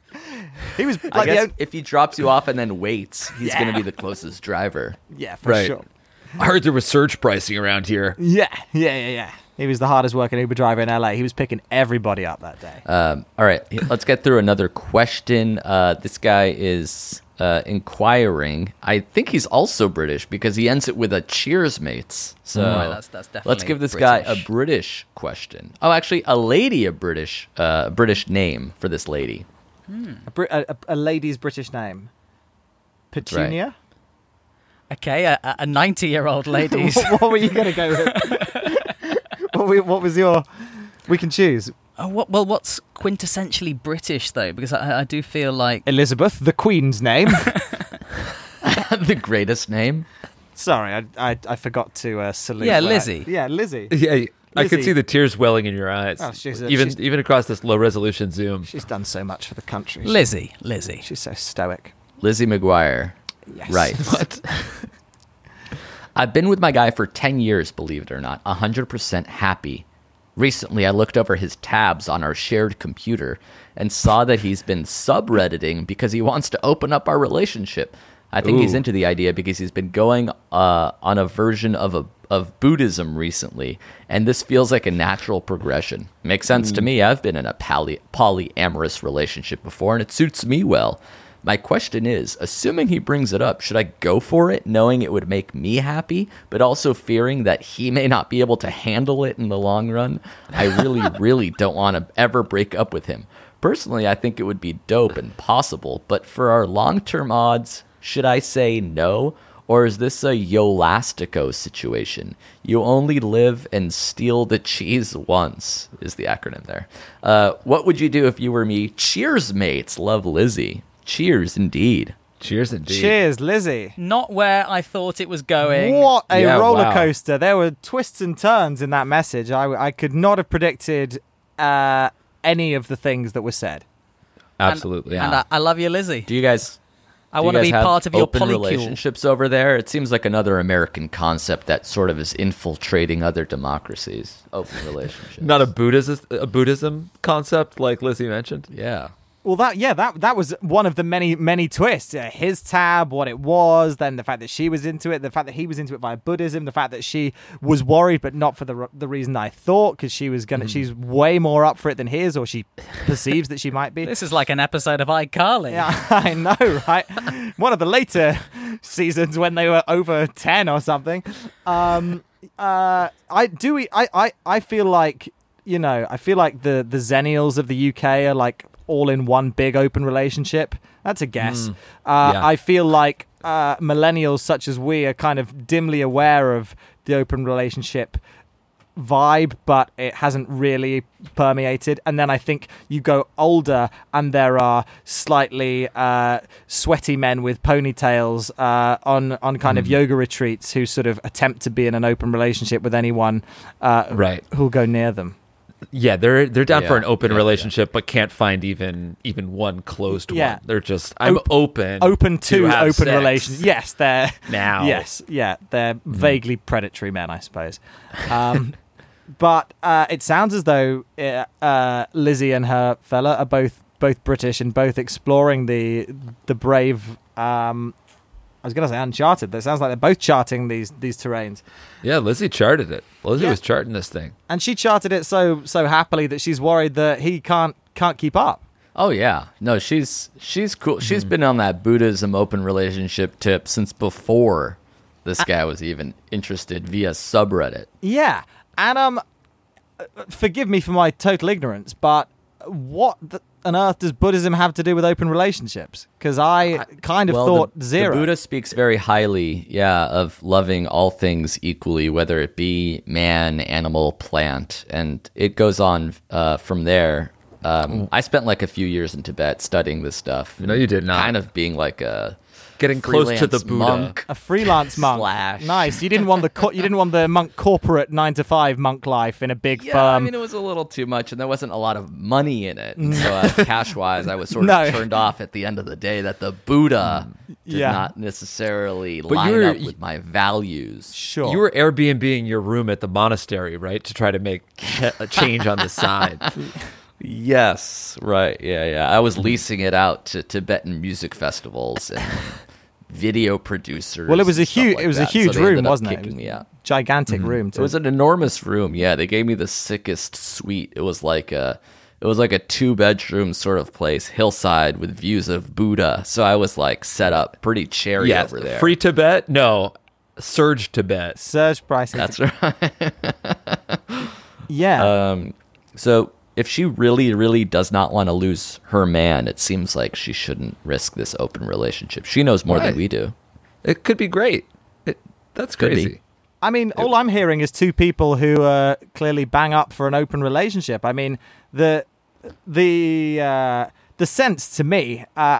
He was
I
like, the
guess
only-
if he drops you off and then waits, he's going to be the closest driver.
yeah, for
Right.
sure.
I heard there was surge pricing around here.
Yeah, yeah, yeah, yeah. He was the hardest working Uber driver in LA. He was picking everybody up that day.
Um, all right, let's get through another question. Uh, this guy is uh, inquiring. I think he's also British because he ends it with a cheers, mates. So
Right, Mm. that's- that's
let's
definitely
give this guy a
British.
British question. Oh, actually, a lady a British uh, British name for this lady.
a, Brit- a, a, a lady's British name.
right.
Petunia?
okay, a- a ninety-year-old lady's.
what, what were you going to go with? what, were- what was your. We can choose.
Oh, what, well, what's quintessentially British though? Because I, I do feel like
Elizabeth, the Queen's name.
the greatest name.
Sorry, I, I, I forgot to uh, salute.
Yeah,
when I-
Lizzie.
yeah, Lizzie.
Yeah, I could
Lizzie.
see the tears welling in your eyes.
Oh, she's a-
even
she's-
even across this low resolution zoom.
She's done so much for the country.
Lizzie. Lizzie.
She's so stoic.
Lizzie McGuire.
Yes.
Right. I've been with my guy for 10 years, believe it or not, 100% happy. Recently, I looked over his tabs on our shared computer and saw that he's been subredditing because he wants to open up our relationship. I think he's into the idea because he's been going uh, on a version of a of Buddhism recently, and this feels like a natural progression. Makes sense to me. I've been in a poly- polyamorous relationship before, and it suits me well. My question is assuming he brings it up, should I go for it, knowing it would make me happy, but also fearing that he may not be able to handle it in the long run? I really, really don't want to ever break up with him. Personally, I think it would be dope and possible, but for our long term odds, should I say no? Or is this a Yolastico situation? You only live and steal the cheese once, is the acronym there. Uh, what would you do if you were me? Cheers, mates. Love Lizzie. Cheers, indeed.
Cheers indeed.
Cheers, Lizzie.
Not where I thought it was going.
What a
Yeah,
roller
wow.
coaster! There were twists and turns in that message. I, I could not have predicted uh, any of the things that were said.
And-
Absolutely.
And I, I love you, Lizzie.
Do you guys?
I
do you
want to
guys
be
have
part of your
open
polycule.
relationships over there. It seems like another American concept that sort of is infiltrating other democracies. Open relationships.
Not a Buddhism a Buddhism concept like Lizzie mentioned.
Yeah.
Well, that yeah, that that was one of the many many twists. Yeah, his tab, what it was, then the fact that she was into it, the fact that he was into it via Buddhism, the fact that she was worried, but not for the r- the reason I thought, because she was gonna, she's way more up for it than he is, or she perceives that she might be.
This is like an episode of iCarly.
yeah, I know, right? One of the later seasons when they were over ten or something. Um, uh, I do. I, I I feel like you know. I feel like the the zennials of the UK are like all in one big open relationship. That's a guess. uh,
yeah.
I feel like uh, millennials such as we are kind of dimly aware of the open relationship vibe, but it hasn't really permeated. And then I think you go older, and there are slightly uh, sweaty men with ponytails uh, on on kind of yoga retreats who sort of attempt to be in an open relationship with anyone uh,
Right.
who'll go near them.
Yeah, they're they're down for
Yeah,
an open
yeah, yeah.
relationship, but can't find even even one closed
Yeah.
one. They're just I'm
Op-
open,
Open to,
have
open
sex.
relations. Yes, they're
Now. Hmm.
Yes, yeah, they're vaguely predatory men, I suppose. Um, but uh, it sounds as though uh, uh, Lizzie and her fella are both both British and both exploring the the brave. Um, I was going to say uncharted, but it sounds like they're both charting these these terrains.
Yeah, Lizzie charted it. Lizzie
Yeah.
was charting this thing.
And she charted it so so happily that she's worried that he can't can't keep up.
Oh yeah, no, she's she's cool.
Mm-hmm.
She's been on that Buddhism open relationship tip since before this guy was even interested via subreddit.
Yeah, and um, uh, forgive me for my total ignorance, but what the, on earth does Buddhism have to do with open relationships? Because I kind of
well,
thought
the, the
zero.
Buddha speaks very highly, yeah, of loving all things equally, whether it be man, animal, plant, and it goes on uh, from there. Um, I spent like a few years in Tibet studying this stuff.
Mm. No, you did not.
Kind of being like a
Getting close to the
freelance
Buddha.
monk.
a freelance monk.
Slash.
Nice. You didn't want the co- you didn't want the monk corporate nine to five monk life in a big
Yeah, I
firm.
mean, it was a little too much, and there wasn't a lot of money in it. And so, uh, cash wise, I was sort of
No.
turned off at the end of the day that the Buddha did
Yeah.
not necessarily
But
line
you're-
up with my values.
sure.
You were Airbnbing your room at the monastery, right, to try to make a change on the side.
Yes, right. Yeah, yeah. I was leasing it out to Tibetan music festivals and video producers.
well, it was a
and stuff
huge
like
it was a
that, so
huge
they
room,
ended up
wasn't it? It
Kicking
was
me out. Mm-hmm.
Gigantic room.
It
To,
was an enormous room. Yeah, they gave me the sickest suite. It was like a it was like a two bedroom sort of place, hillside with views of Buddha. So I was like set up pretty cherry
yeah,
over there.
free Tibet? No, surge Tibet.
surge pricing.
That's Uh, right.
yeah.
So if she really, really does not want to lose her man, it seems like she shouldn't risk this open relationship. She knows more
Right.
than we do.
It could be great. It, that's
Could be.
crazy.
I mean, all I'm hearing is two people who uh, clearly bang up for an open relationship. I mean, the the uh, the sense to me uh,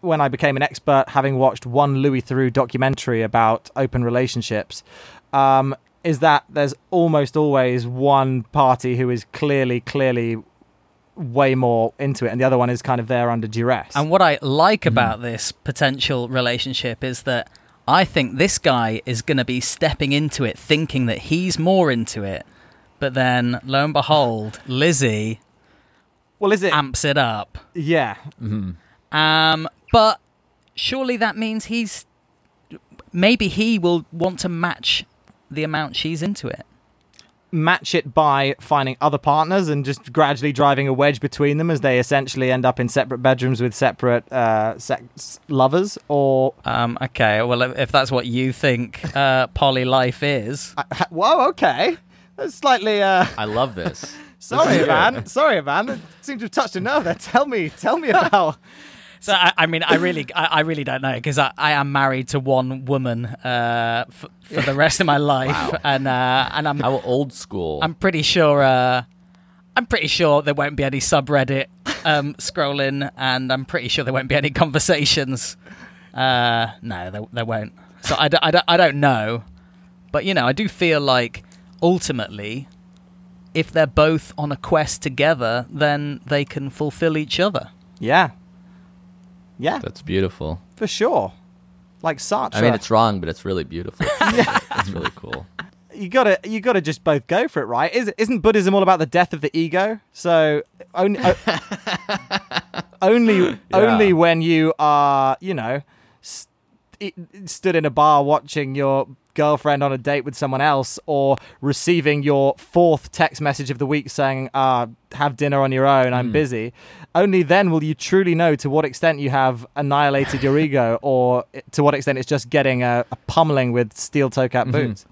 when I became an expert, having watched one Louis Theroux documentary about open relationships, um, is that there's almost always one party who is clearly, clearly way more into it, and the other one is kind of there under duress.
And what I like about this potential relationship is that I think this guy is going to be stepping into it thinking that he's more into it. But then, lo and behold, Lizzie
well, is it?
amps it up.
yeah,
Um, but surely that means he's. Maybe he will want to match the amount she's into it.
match it by finding other partners and just gradually driving a wedge between them as they essentially end up in separate bedrooms with separate uh, sex lovers or
Um, okay, well, if if that's what you think uh, poly life is,
whoa okay that's slightly uh
I love this.
sorry man sorry man that seems to have touched a nerve there tell me tell me about
So I, I mean, I really, I, I really don't know because I, I am married to one woman uh, f- for the rest of my life, and uh, and I'm
How old school.
I'm pretty sure uh, I'm pretty sure there won't be any subreddit um, scrolling, and I'm pretty sure there won't be any conversations. Uh, no, there, there won't. So I don't, I, don't, I don't know, but you know, I do feel like ultimately, if they're both on a quest together, then they can fulfill each other.
yeah yeah
That's beautiful.
for sure like Sartre
I mean, it's wrong, but it's really beautiful. It's really cool.
you gotta you gotta just both go for it, right? Is, isn't Buddhism all about the death of the ego? So only o- only only when you are, you know, st- stood in a bar watching your girlfriend on a date with someone else or receiving your fourth text message of the week saying, uh, have dinner on your own, I'm busy. Only then will you truly know to what extent you have annihilated your ego or to what extent it's just getting a, a pummeling with steel toe cap boots.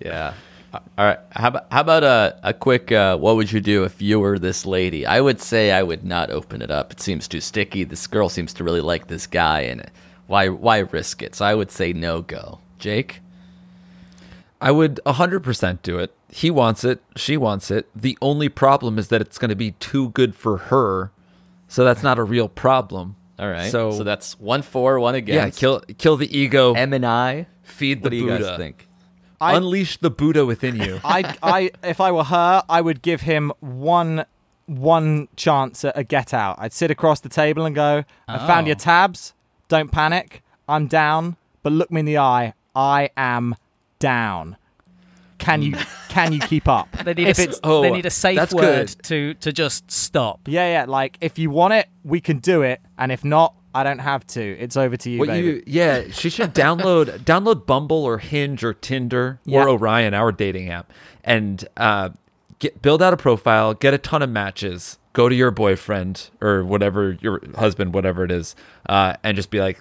Yeah. All right. How about, how about a, a quick uh, what would you do if you were this lady? I would say I would not open it up. It seems too sticky. This girl seems to really like this guy, and why why risk it? So I would say no go. Jake?
I would 100% do it. He wants it. She wants it. The only problem is that it's going to be too good for her. So that's not a real problem.
All right.
So,
So, that's one for, one
yeah,
against.
kill kill the ego,
M and I.
feed the
What do you
Buddha.
guys think?
I-
Unleash the Buddha within you.
I, I, if I were her, I would give him one, one chance at a get out. I'd sit across the table and go, "I found
Oh.
your tabs. Don't panic. I'm down, but look me in the eye. I am down. Can you, can you keep up?
They need,
if
a,
it's,
s-
oh,
they need a safe
that's
word
good.
to to just stop.
yeah, yeah. Like if you want it, we can do it, and if not, I don't have to. It's over to you,
What
baby.
you yeah, she should download download Bumble or Hinge or Tinder
Yeah.
or Orion, our dating app, and uh, get build out a profile, get a ton of matches, go to your boyfriend or whatever your husband, whatever it is, uh, and just be like,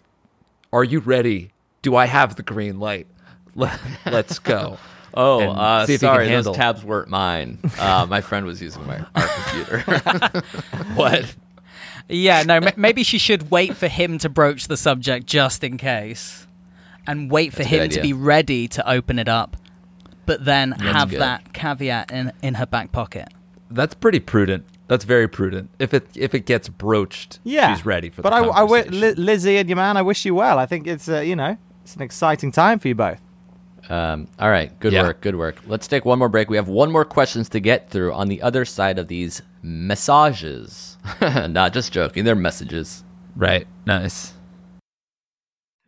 "Are you ready? Do I have the green light? Let, let's go."
Oh,
And
uh,
see if you can
sorry, those
handle.
tabs weren't mine. Uh, my friend was using my our computer. what?
Yeah, no, m- maybe she should wait for him to broach the subject just in case, and wait for
a good
him to
idea.
be ready to open it up, but then have
good.
that caveat in in her back pocket.
That's pretty prudent. That's very prudent. If it if it gets broached,
yeah,
she's ready for.
But
the
I, I wi-
conversation.
Li- Lizzie and your man, I wish you well. I think it's, uh, you know, it's an exciting time for you both.
Um, all right, good
Yeah.
work, good work. Let's take one more break. We have one more questions to get through on the other side of these messages. Not just joking, they're messages.
right, nice.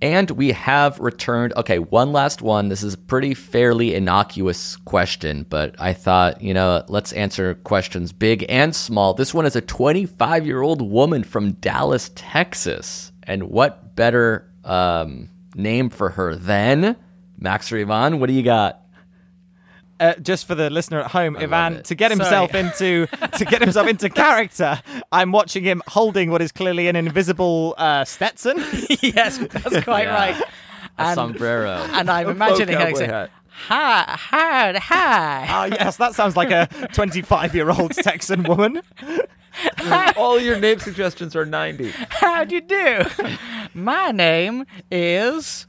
And we have returned. Okay, one last one. This is a pretty fairly innocuous question, but I thought, you know, let's answer questions big and small. This one is a 25 year old woman from Dallas, Texas. And what better um, name for her than Max Rivan? What do you got?
uh, just for the listener at home, Ivan, to get himself into to get himself into character, I'm watching him holding what is clearly an invisible uh, Stetson.
yes, that's quite right.
A sombrero.
And I'm imagining her saying,
hat.
"Hi, hi, hi."
Ah, yes, that sounds like a 25 year old Texan woman.
All your name suggestions are 90.
How do you do? My name is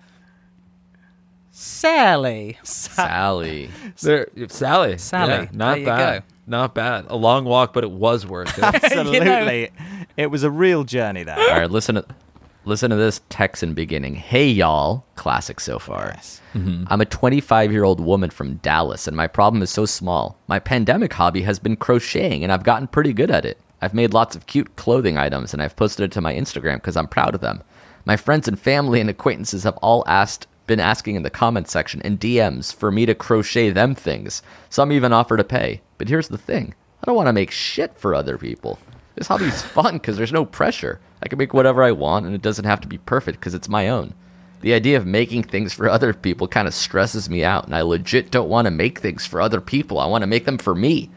Sally.
Sally.
There, Sally.
Sally.
Yeah, not
There you
bad.
go.
Not bad. A long walk, but it was worth it.
Absolutely. It was a real journey there.
All right, listen to listen to this Texan beginning. Hey y'all, classic so far. Mm-hmm. I'm a 25 year old woman from Dallas, and my problem is so small. My pandemic hobby has been crocheting, and I've gotten pretty good at it. I've made lots of cute clothing items, and I've posted it to my Instagram because I'm proud of them. My friends and family and acquaintances have all asked, been asking in the comments section and DMs for me to crochet them things. Some even offer to pay. But here's the thing I don't want to make shit for other people. This hobby's fun because there's no pressure. I can make whatever I want, and it doesn't have to be perfect because it's my own. The idea of making things for other people kind of stresses me out, and I legit don't want to make things for other people. I want to make them for me.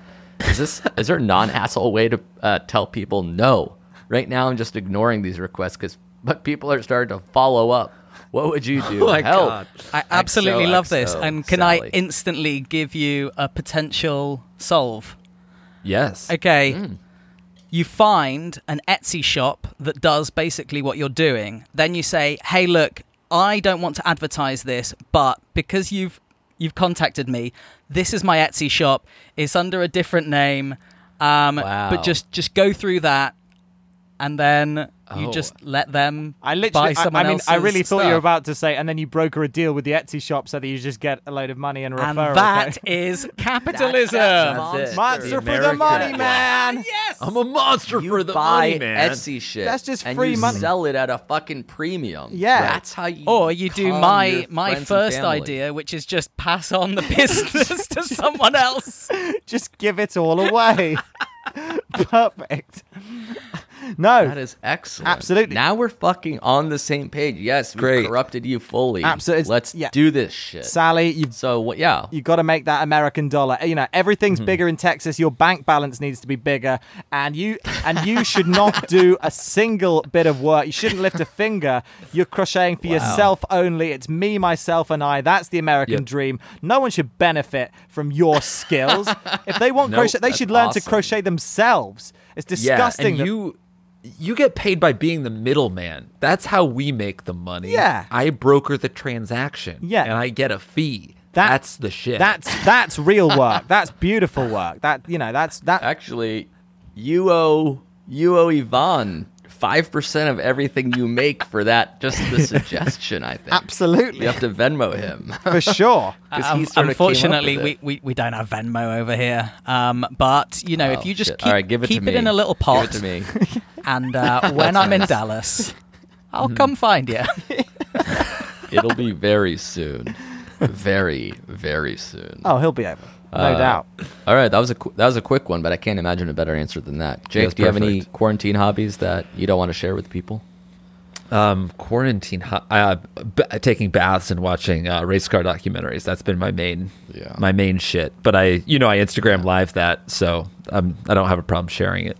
Is this is there a non-asshole way to uh, tell people no? Right now, I'm just ignoring these requests because but people are starting to follow up. What would you do?
Oh my
Help.
God.
I absolutely
XOXO,
love this. And can I
Sally.
instantly give you a potential solve?
yes.
Okay.
Hmm.
You find an Etsy shop that does basically what you're doing. Then you say, "Hey, look, I don't want to advertise this, but because you've you've contacted me, this is my Etsy shop. It's under a different name. Um,
Wow.
But just just go through that, and then you
Oh.
just let them
I
buy
literally, I,
someone
I mean, I
else's
really thought you
stuff.
were about to say, and then you broker a deal with the Etsy shop so that you just get a load of money and a
And
referral.
that
code.
is capitalism.
That's it.
Monster for the
American-
money,
Yeah.
man.
I'm a monster
You
for the
buy
money, man.
Etsy shit.
That's just
and
free
you
money.
Sell it at a fucking premium.
Yeah.
that's how you.
Or you do
con
my
your
my
friends and
first
family.
idea, which is just pass on the business to someone else.
Just give it all away. Perfect. No,
That is excellent.
Absolutely.
Now we're fucking on the same page. Yes, we
Great.
corrupted you fully.
Absolutely. It's-
Let's
yeah.
do this shit.
Sally, you
so what? Yeah.
you got to make that American dollar. You know,
Mm-hmm.
everything's bigger in Texas. Your bank balance needs to be bigger, and you and you should not do a single bit of work. You shouldn't lift a finger. You're crocheting for yourself only. It's me, myself, and I. That's the American
Yep.
dream. No one should benefit from your skills. if they want
Nope,
crochet, they
that's
should learn to
awesome.
crochet themselves. It's disgusting.
Yeah,
that-
and you you get paid by being the middleman. That's how we make the money.
Yeah.
I broker the transaction.
Yeah.
and I get a fee.
That-
that's the shit.
that's that's real work. That's beautiful work. That you know. That's that.
Actually, you owe you owe Yvonne five percent of everything you make for that. Just the suggestion, I think.
Absolutely.
You have to Venmo him.
For sure.
'Cause he sort
Um,
of came up
unfortunately,
with it.
we, we, we don't have Venmo over here. Um, but you know,
Oh,
if you just
shit.
keep,
All right, give it
keep
to
it
me.
in a little pot,
Give it to me.
and uh, when I'm in Dallas, I'll
Mm-hmm.
come find you.
It'll be very soon. Very, very soon.
Oh, he'll be over. No
Uh,
doubt.
All right, that was a qu- that was a quick one, but I can't imagine a better answer than that. Jake,
That's
do you have any
perfect.
quarantine hobbies that you don't want to share with people?
quarantine ho- uh, b- taking baths and watching uh, race car documentaries that's been my main
Yeah.
my main shit but i you know i instagram live that so I'm, i don't have a problem sharing it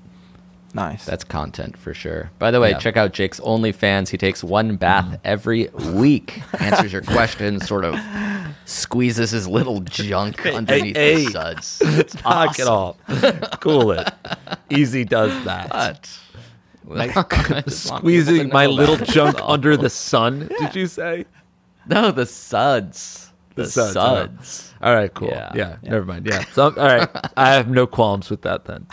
Nice.
That's content for sure. By the way,
Yeah. Mm-hmm.
check out Jake's OnlyFans. He takes one bath every week, answers your questions, sort of squeezes his little junk underneath
hey.
his suds. It's
fuck it all cool it easy does that
hot. I just want people
squeezing
to
my
know
little
that.
junk under the sun did you say
No, the suds. The,
suds, all right.
suds.
all right cool
Yeah.
yeah, never mind yeah so all right i have no qualms with that then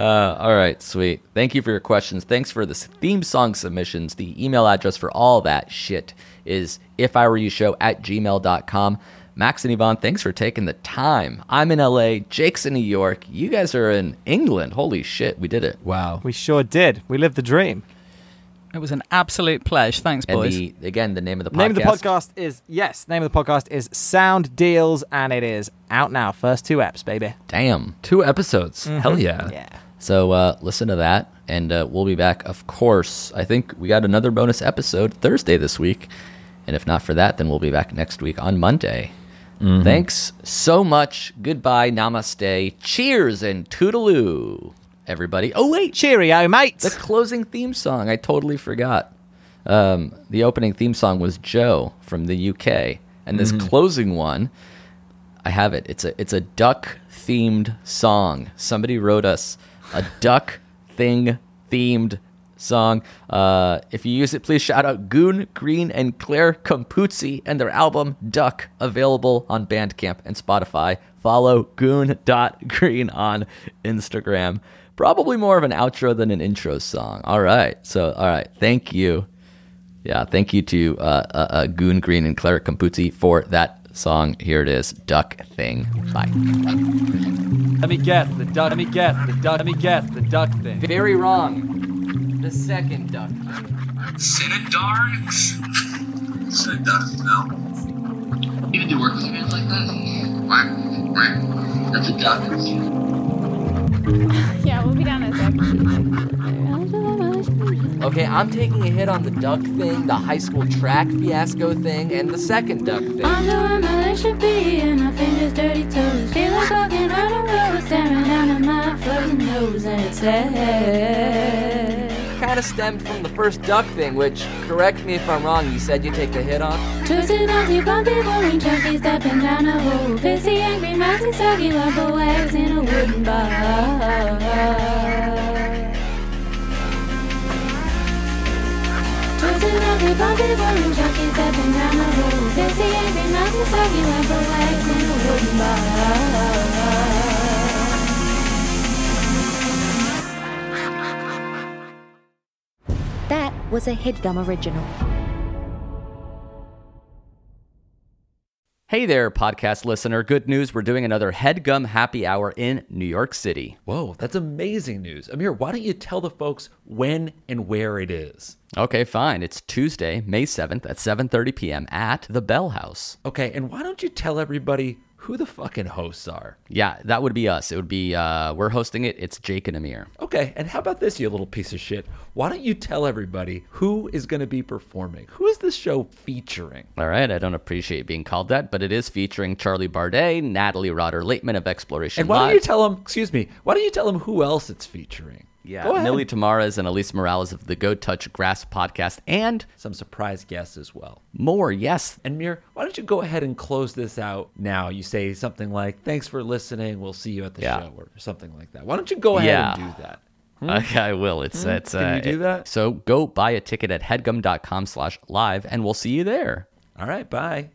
All right, sweet. Thank you for your questions. Thanks for the s- theme song submissions. The email address for all that shit is if I were you show at gmail.com. Max and Yvonne, thanks for taking the time. I'm in LA, Jake's in New York, you guys are in England. Holy shit, we did it.
wow
We sure did. We lived the dream.
It was an absolute pleasure. Thanks,
And
boys.
the, again, the name of the podcast.
Name of the podcast is yes. Name of the podcast is Sound Deals, and it is out now. First two apps, baby.
Damn.
two episodes hell Mm-hmm. yeah
Yeah.
So uh, listen to that, and uh, we'll be back, of course. I think we got another bonus episode Thursday this week, and if not for that, then we'll be back next week on Monday. Mm-hmm. Thanks so much. Goodbye. Namaste. Cheers and toodaloo, everybody. Oh, wait.
Cheerio, mate.
The closing theme song. I totally forgot. Um, the opening theme song was Joe from the UK. And this closing one, I have it. It's a, it's a duck themed song. Somebody wrote us a duck thing themed song. Uh, if you use it, please shout out Goon, Green, and Claire Compuzzi and their album Duck, available on Bandcamp and Spotify. Follow Goon.Green on Instagram. Probably more of an outro than an intro song. All right. So, all right. Thank you. Yeah. Thank you to uh, uh, uh, Goon, Green, and Claire Compuzzi for that song. Here it is Duck Thing. Bye.
Let me guess the duck. Let me guess the duck. Let me guess the duck thing.
Very wrong. The second duck.
Cinedarks? Cinedarks, no. You do work with hands like that? Whack, whack. That's a duck.
Yeah, we'll be down in a sec.
Okay, I'm taking a hit on the duck thing, the high school track fiasco thing, and the second duck
I'm
thing.
doing my legs should be, and my fingers dirty toes. Feel like walking on a road, staring down at my frozen nose, and it says,
Kind of stemmed from the first duck thing, which, correct me if I'm wrong, you said you take the hit on?
Twisted, ugly, bumpy, boring, chunky, stepping down a hole. Pissy, angry, mousy, soggy, lump of wax in a wooden box. Twisted up the bumpy balloon, junkie stepping down the road. Busy every night, it's soggy like a wax in a wooden bar.
That was a headgum original.
Hey there, podcast listener. Good news, we're doing another headgum happy hour in New York City.
Whoa, that's amazing news. Amir, why don't you tell the folks when and where it is?
Okay, fine. It's Tuesday, May 7th at 7:30 p.m. at the Bell House.
Okay, and why don't you tell everybody who the fucking hosts are?
Yeah, that would be us. It would be uh we're hosting it. It's Jake and Amir.
Okay, and how about this, you little piece of shit? Why don't you tell everybody who is going to be performing? Who is this show featuring?
All right, I don't appreciate being called that, but it is featuring Charlie Bardet, Natalie Rodder Lateman of Exploration
And why don't
Live.
you tell them, excuse me, why don't you tell them who else it's featuring? Go
yeah,
ahead.
Millie Tamares and Elise Morales of the Go Touch Grass podcast and
Some surprise guests as well.
more. Yes.
And Mir, why don't you go ahead and close this out now? You say something like, thanks for listening. We'll see you at the
Yeah.
show or something like that. Why don't you go ahead
Yeah.
and do that?
Okay, I will. It's it's
Hmm. Can you
uh,
do that?
So go buy a ticket at headgum.com/live and we'll see you there.
All right, bye.